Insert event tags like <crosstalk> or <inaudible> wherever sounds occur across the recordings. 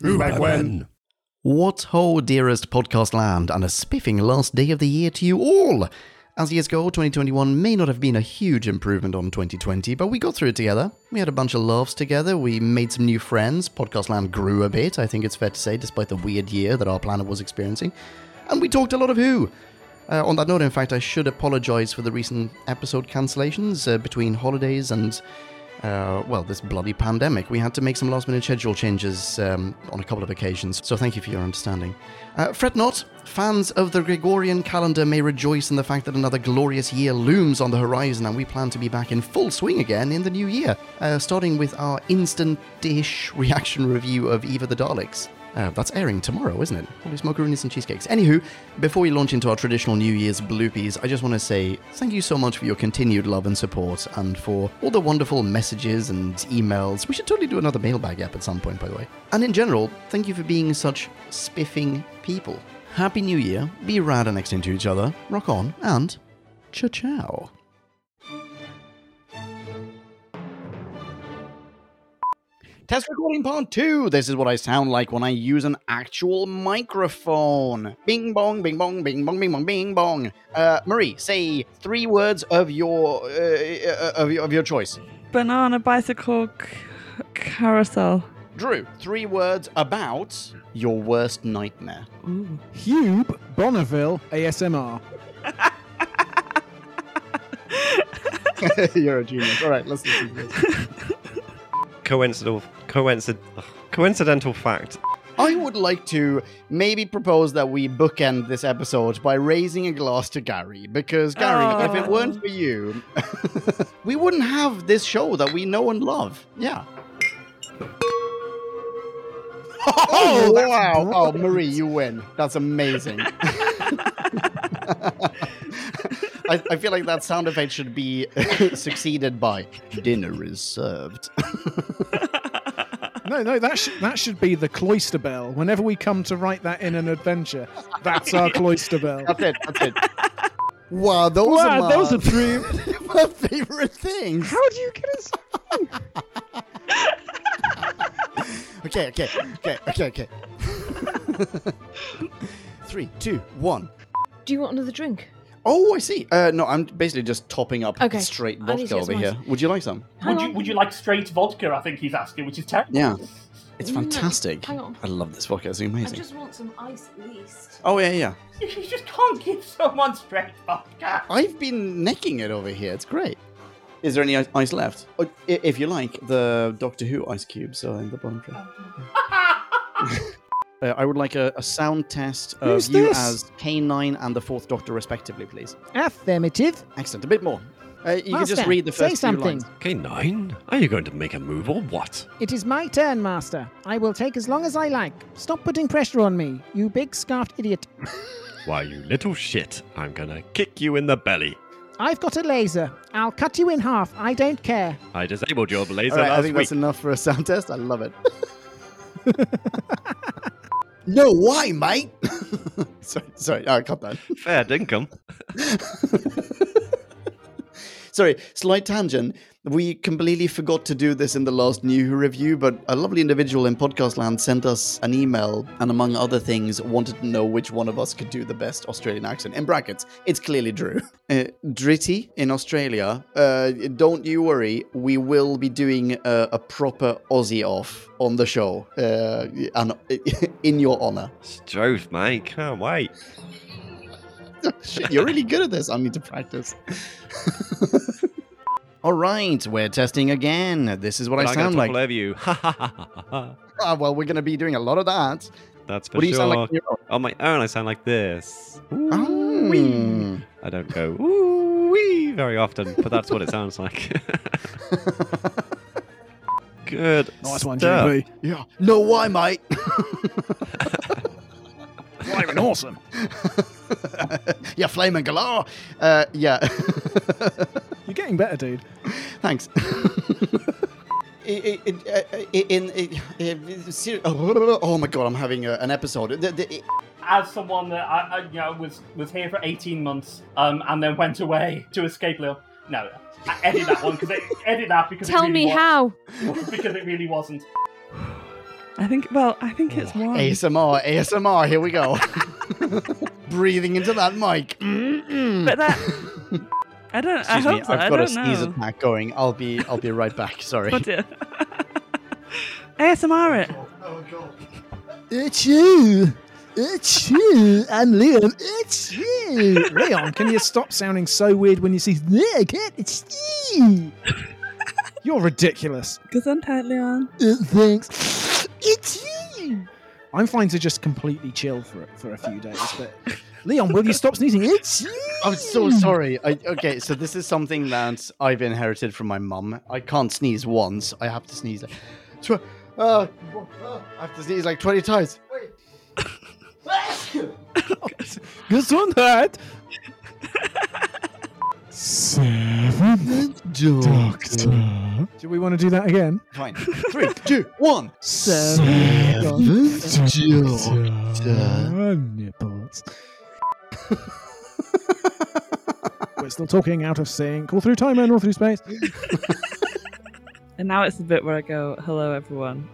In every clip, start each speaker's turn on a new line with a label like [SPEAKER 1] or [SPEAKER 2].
[SPEAKER 1] gossip.
[SPEAKER 2] Back when.
[SPEAKER 1] What ho, dearest podcast land, and a spiffing last day of the year to you all! As years go, 2021 may not have been a huge improvement on 2020, but we got through it together. We had a bunch of laughs together, we made some new friends, Podcast Land grew a bit, I think it's fair to say, despite the weird year that our planet was experiencing. And we talked a lot of who. Uh, on that note, in fact, I should apologize for the recent episode cancellations uh, between holidays and uh, well, this bloody pandemic. We had to make some last minute schedule changes um, on a couple of occasions, so thank you for your understanding. Uh, fret not, fans of the Gregorian calendar may rejoice in the fact that another glorious year looms on the horizon, and we plan to be back in full swing again in the new year, uh, starting with our instant dish reaction review of Eva the Daleks. Uh, that's airing tomorrow, isn't it? Holy smokeroonies and cheesecakes. Anywho, before we launch into our traditional New Year's bloopies, I just want to say thank you so much for your continued love and support and for all the wonderful messages and emails. We should totally do another mailbag app at some point, by the way. And in general, thank you for being such spiffing people. Happy New Year, be rad and next into each other, rock on, and cha ciao. Test recording part two. This is what I sound like when I use an actual microphone. Bing bong, bing bong, bing bong, bing bong, bing bong. Uh, Marie, say three words of your uh, uh, of your, of your choice.
[SPEAKER 3] Banana bicycle c- carousel.
[SPEAKER 1] Drew, three words about your worst nightmare.
[SPEAKER 3] Ooh.
[SPEAKER 4] Hube Bonneville ASMR.
[SPEAKER 1] You're a genius. All right, let's listen to this.
[SPEAKER 2] Coincidental. Coincid, ugh, coincidental fact.
[SPEAKER 1] I would like to maybe propose that we bookend this episode by raising a glass to Gary because Gary, if it
[SPEAKER 3] Aw.
[SPEAKER 1] weren't for you, <laughs> we wouldn't have this show that we know and love. Yeah. Oh,
[SPEAKER 4] that's
[SPEAKER 1] <laughs> wow! Oh,
[SPEAKER 4] brilliant.
[SPEAKER 1] Marie, you win. That's amazing. <laughs> I, I feel like that sound effect should be <laughs> succeeded by "dinner is served."
[SPEAKER 4] No, no, that should that should be the cloister bell. Whenever we come to write that in an adventure, that's our cloister bell.
[SPEAKER 1] That's it. That's it. <laughs> Wow, those are
[SPEAKER 4] Wow,
[SPEAKER 1] my- <laughs>
[SPEAKER 4] those are three.
[SPEAKER 1] my favorite things.
[SPEAKER 4] How do you get us?
[SPEAKER 1] <laughs> Okay, okay, okay, okay, okay. <laughs> Three, two, one.
[SPEAKER 5] Do you want another drink?
[SPEAKER 1] Oh, I see. Uh, no, I'm basically just topping up
[SPEAKER 5] Okay.
[SPEAKER 1] straight
[SPEAKER 5] I need
[SPEAKER 1] vodka
[SPEAKER 5] to get
[SPEAKER 1] over
[SPEAKER 5] some
[SPEAKER 1] here. Would you like some?
[SPEAKER 5] Hang
[SPEAKER 6] Would you,
[SPEAKER 5] on.
[SPEAKER 6] would you like straight vodka? I think he's asking, which is terrible.
[SPEAKER 1] Yeah. It's
[SPEAKER 5] Mm,
[SPEAKER 1] fantastic.
[SPEAKER 5] hang on.
[SPEAKER 1] I love this vodka. It's amazing.
[SPEAKER 5] I just want some ice at least.
[SPEAKER 1] Oh, yeah, yeah.
[SPEAKER 6] <laughs> You just can't give someone straight vodka.
[SPEAKER 1] I've been necking it over here. It's great. Is there any ice- ice left? Oh, i- If you like, the Doctor Who ice cubes are in the bottom tray. <laughs> Uh, I would like a, a sound test of
[SPEAKER 4] Who's
[SPEAKER 1] you
[SPEAKER 4] this?
[SPEAKER 1] as K9 and the Fourth Doctor, respectively, please.
[SPEAKER 7] Affirmative.
[SPEAKER 1] Excellent. A bit more. Uh, you can just
[SPEAKER 7] Master,
[SPEAKER 1] read the
[SPEAKER 7] say
[SPEAKER 1] first few
[SPEAKER 7] something.
[SPEAKER 1] lines.
[SPEAKER 2] K9? Are you going to make a move or what?
[SPEAKER 7] It is my turn, Master. I will take as long as I like. Stop putting pressure on me, you big scarfed idiot.
[SPEAKER 2] Why, you little shit. I'm gonna kick you in the belly.
[SPEAKER 7] I've got a laser. I'll cut you in half. I don't care.
[SPEAKER 2] I disabled your blazer
[SPEAKER 1] All right, I
[SPEAKER 2] last
[SPEAKER 1] think
[SPEAKER 2] week.
[SPEAKER 1] that's enough for a sound test. I
[SPEAKER 7] <laughs>
[SPEAKER 1] love it. <laughs> no, why, mate? <laughs> sorry, sorry. I cut that.
[SPEAKER 2] Fair dinkum. <laughs>
[SPEAKER 1] Sorry, slight tangent. We completely forgot to do this in the last new review, but a lovely individual in podcast land sent us an email and, among other things, wanted to know which one of us could do the best Australian accent. In brackets, it's clearly Drew. <laughs> Uh, Dritty in Australia. Uh, don't you worry, we will be doing uh, a, a proper Aussie off on the show, uh, and <laughs> in your honor.
[SPEAKER 2] Strove, mate. Can't wait.
[SPEAKER 1] Shit, <laughs> you're really good at this. I need to practice. <laughs> All right, we're testing again. This is what
[SPEAKER 2] But
[SPEAKER 1] I
[SPEAKER 2] I'm
[SPEAKER 1] sound
[SPEAKER 2] gonna
[SPEAKER 1] like.
[SPEAKER 2] topple over you. <laughs> Ha ha ha ha ha.
[SPEAKER 1] Ah, well, we're going to be doing a lot of that.
[SPEAKER 2] That's for
[SPEAKER 1] what do you
[SPEAKER 2] sure.
[SPEAKER 1] sound like? on your own?
[SPEAKER 2] On my own, I sound like this.
[SPEAKER 1] Oh.
[SPEAKER 2] Ooh-wee. I don't go ooh-wee very often, but that's what it
[SPEAKER 1] <laughs>
[SPEAKER 2] sounds like. <laughs> Good
[SPEAKER 4] Nice Oh, one,
[SPEAKER 2] stuff.
[SPEAKER 4] JB.
[SPEAKER 1] Yeah. No, why, mate? <laughs>
[SPEAKER 4] Flaming awesome.
[SPEAKER 1] yeah, flaming galore. Uh, yeah. <laughs>
[SPEAKER 4] You're getting better, dude.
[SPEAKER 1] Thanks. I- I- I- I- uh, in, I- I- ser- oh my god, I'm having a, an episode. The- the-
[SPEAKER 6] As someone that I, I, you know was was here for eighteen months, um, and then went away to escape Lil. No, I edit that one because edit that because it
[SPEAKER 5] Tell
[SPEAKER 6] really
[SPEAKER 5] me
[SPEAKER 6] wa-
[SPEAKER 5] how.
[SPEAKER 6] because it really wasn't.
[SPEAKER 3] I think. Well, I think it's
[SPEAKER 1] Oh,
[SPEAKER 3] one.
[SPEAKER 1] ASMR, ASMR, here we go. <laughs> Breathing into that mic. Mm-mm. <laughs>
[SPEAKER 3] But that. I don't. I
[SPEAKER 1] Excuse
[SPEAKER 3] hope
[SPEAKER 1] me,
[SPEAKER 3] so. I
[SPEAKER 1] I've got a
[SPEAKER 3] don't
[SPEAKER 1] sneeze
[SPEAKER 3] know.
[SPEAKER 1] attack going. I'll be I'll be right back, <laughs> sorry.
[SPEAKER 3] Oh dear. <laughs> ASMR it.
[SPEAKER 7] It's you. It's you. I'm Liam. It's you.
[SPEAKER 4] Leon, can you stop sounding so weird when you see?
[SPEAKER 7] Yeah, cat. It's you.
[SPEAKER 4] You're ridiculous.
[SPEAKER 3] Gesundheit, Leon.
[SPEAKER 7] Uh, thanks. It's you.
[SPEAKER 4] I'm fine to just completely chill for for a few days, but Leon, will you stop sneezing? It's you.
[SPEAKER 1] I'm so
[SPEAKER 3] Hmm.
[SPEAKER 1] sorry. I, okay, so this is something that I've inherited from my mum. I can't sneeze once. I have to sneeze like, tw- uh, I have to sneeze like twenty times.
[SPEAKER 4] Gesundheit.
[SPEAKER 7] Seventh Doctor.
[SPEAKER 4] Do we want to do that again?
[SPEAKER 1] <laughs> Fine. Three, two, one.
[SPEAKER 7] Seventh Doctor. Nipples.
[SPEAKER 4] <laughs> We're still talking out of sync, all through time and all through space.
[SPEAKER 3] And now it's the bit where I go, "Hello, everyone."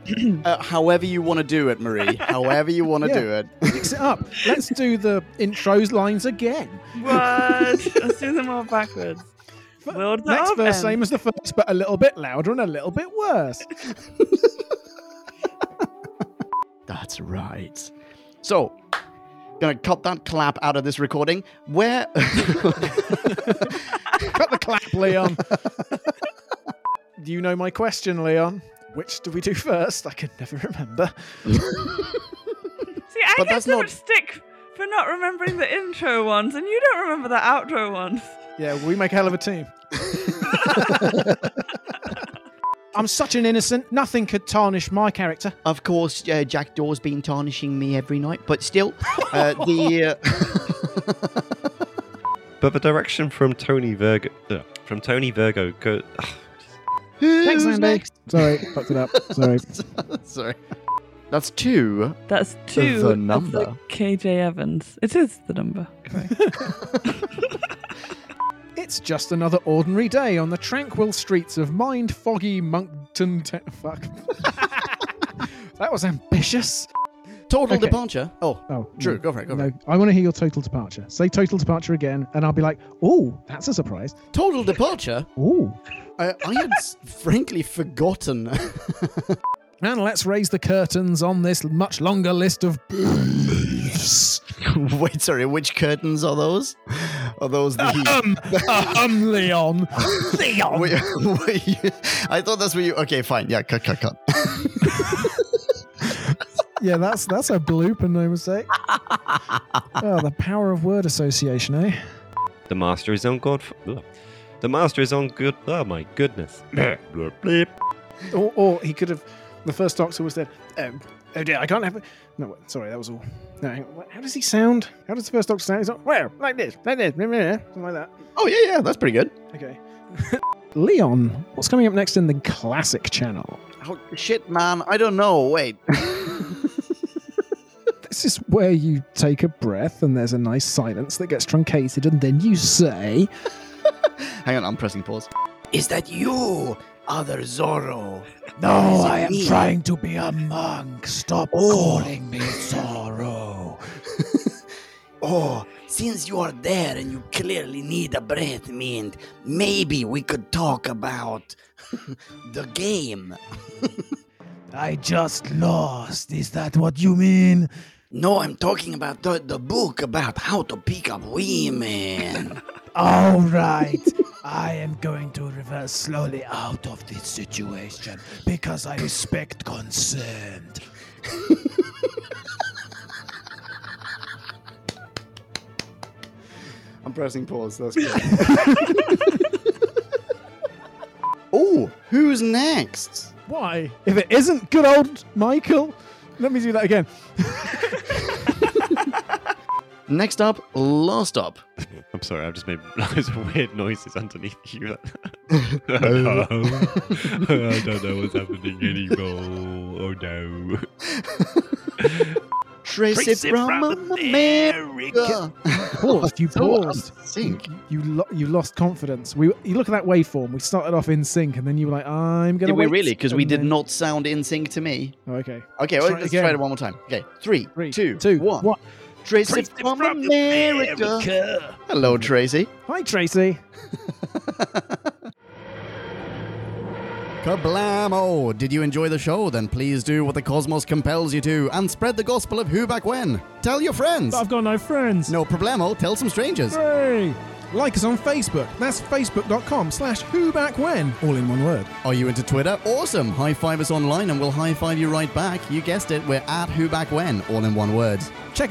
[SPEAKER 1] Uh, however you want to do it,
[SPEAKER 3] <laughs>
[SPEAKER 1] Marie. However you want to
[SPEAKER 4] Yeah.
[SPEAKER 1] do it. <laughs>
[SPEAKER 4] Mix it up. Let's do the intros lines again.
[SPEAKER 1] <laughs>
[SPEAKER 3] What? Let's do them all backwards. World of the
[SPEAKER 4] Next verse,
[SPEAKER 3] Oven.
[SPEAKER 4] same as the first, but a little bit louder and a little bit worse.
[SPEAKER 1] That's right. So, gonna cut that clap out of this recording. Where? <laughs>
[SPEAKER 4] Cut the clap,
[SPEAKER 3] <laughs>
[SPEAKER 4] Leon. do you know my question, Leon? Which do we do first? I can never remember.
[SPEAKER 3] See, I
[SPEAKER 1] But
[SPEAKER 3] get
[SPEAKER 1] that's
[SPEAKER 3] so
[SPEAKER 1] not-
[SPEAKER 3] much stick for not remembering the intro ones, and you don't remember the outro ones.
[SPEAKER 4] Yeah, we make a hell of a team. <laughs> I'm such an innocent. Nothing could tarnish my character.
[SPEAKER 1] Of course, uh, Jackdaw's been tarnishing me every night, but still, uh, <laughs> the. Uh,
[SPEAKER 2] But the direction from Tony Virgo, uh, from Tony Virgo, go, ugh,
[SPEAKER 4] Thanks,
[SPEAKER 1] Who's
[SPEAKER 4] Andy.
[SPEAKER 1] next?
[SPEAKER 4] Sorry, fucked it up. Sorry.
[SPEAKER 1] Sorry. That's two.
[SPEAKER 3] That's two.
[SPEAKER 1] The
[SPEAKER 3] of
[SPEAKER 1] number.
[SPEAKER 3] KJ Evans. It is the number.
[SPEAKER 4] It's just another ordinary day on the tranquil streets of mind foggy Monkton. Te- fuck. <laughs> that was ambitious.
[SPEAKER 1] Total
[SPEAKER 4] Okay.
[SPEAKER 1] departure. Oh,
[SPEAKER 4] Oh,
[SPEAKER 1] Drew, go for it, go for
[SPEAKER 4] no, I want to hear your total departure. Say total departure again, and I'll be like, "Oh, that's a surprise."
[SPEAKER 1] total departure.
[SPEAKER 4] Ooh.
[SPEAKER 1] I, I had s- frankly forgotten. <laughs>
[SPEAKER 4] And let's raise the curtains on this much longer list of.
[SPEAKER 1] Wait, sorry. Which curtains are those? Are those the? <laughs>
[SPEAKER 4] um, um, Leon. Leon.
[SPEAKER 1] Wait, <laughs> wait, I thought that's where you. Okay, fine. Yeah, cut, cut, cut.
[SPEAKER 4] Yeah, that's that's a bloop and no <laughs> mistake. oh, the power of word association, eh?
[SPEAKER 2] the master is on God. ugh. The master is on good. Oh my goodness. Bleep, bleep.
[SPEAKER 4] Or, or he could have. The first Doctor was dead. Um, oh dear, I can't have it. No, wait, sorry, that was all. No, hang on. How does he sound? How does the first Doctor sound? He's like, well, like this, like this, blah, blah, blah," something like that.
[SPEAKER 1] Oh yeah, yeah. That's pretty good.
[SPEAKER 4] Okay. Leon, what's coming up next in the classic channel?
[SPEAKER 1] Oh, shit, man. I don't know. Wait.
[SPEAKER 4] This is where you take a breath and there's a nice silence that gets truncated, and then you say,
[SPEAKER 1] Hang on. I'm pressing pause. Is that you, other Zorro?
[SPEAKER 4] No,
[SPEAKER 1] Is it
[SPEAKER 4] I am
[SPEAKER 1] me?
[SPEAKER 4] trying to be a monk. Stop calling me sorrow.
[SPEAKER 1] <laughs> Oh, since you are there and you clearly need a breath mint, maybe we could talk about <laughs> the game.
[SPEAKER 4] I just lost. Is that what you mean?
[SPEAKER 1] No, I'm talking about the, the book about how to pick up women.
[SPEAKER 4] All right. I am going to reverse slowly out of this situation because I respect consent.
[SPEAKER 1] I'm pressing pause. <laughs> That's good. <laughs> oh, who's next?
[SPEAKER 4] Why? If it isn't good old Michael, let me do that again.
[SPEAKER 1] Next up, last up.
[SPEAKER 2] I'm sorry, I've just made <laughs> loads of weird noises underneath <laughs> you. Oh. <laughs> I don't know what's happening anymore. Oh no.
[SPEAKER 1] Trace, it from, America.
[SPEAKER 4] paused. You
[SPEAKER 1] So
[SPEAKER 4] paused.
[SPEAKER 1] Sink.
[SPEAKER 4] You lo- you lost confidence. We you look at that waveform. We started off in sync, and then you were like, "I'm gonna."
[SPEAKER 1] Did we
[SPEAKER 4] wait,"
[SPEAKER 1] really? Because we
[SPEAKER 4] and
[SPEAKER 1] did
[SPEAKER 4] then-
[SPEAKER 1] not sound in sync to me.
[SPEAKER 4] Oh, okay. Let's
[SPEAKER 1] Okay, well,
[SPEAKER 4] try it
[SPEAKER 1] let's
[SPEAKER 4] again.
[SPEAKER 1] try it one more time. Okay, three,
[SPEAKER 4] Three,
[SPEAKER 1] two,
[SPEAKER 4] two,
[SPEAKER 1] one.
[SPEAKER 4] one.
[SPEAKER 1] Tracy, from, America. Hello, Tracy.
[SPEAKER 4] Hi, Tracy.
[SPEAKER 1] Kablamo! Did you enjoy the show? Then please do what the cosmos compels you to and spread the gospel of who back when. Tell your friends.
[SPEAKER 8] I've got no friends.
[SPEAKER 1] No problemo, tell some strangers.
[SPEAKER 8] Hey.
[SPEAKER 4] Like us on Facebook. That's facebook.com slash who back when. All in one word.
[SPEAKER 1] Are you into Twitter? Awesome! High five us online and we'll high five you right back. You guessed it, we're at who back when, all in one word.
[SPEAKER 4] Check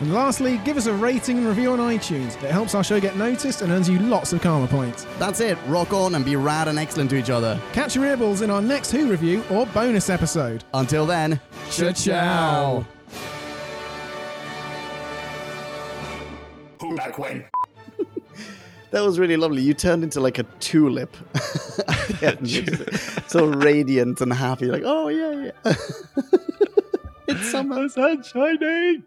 [SPEAKER 4] And lastly, give us a rating and review on iTunes. It helps our show get noticed and earns you lots of karma points.
[SPEAKER 1] That's it, rock on and be rad and excellent to each other.
[SPEAKER 4] Catch your earballs in our next Who review or bonus episode.
[SPEAKER 1] Until then,
[SPEAKER 4] Cha-chao.
[SPEAKER 1] Who back when? <laughs> That was really lovely. You turned into like a tulip. <laughs> Yeah, just so radiant and happy, like, oh, yeah, yeah. it's somehow
[SPEAKER 2] Sunshine.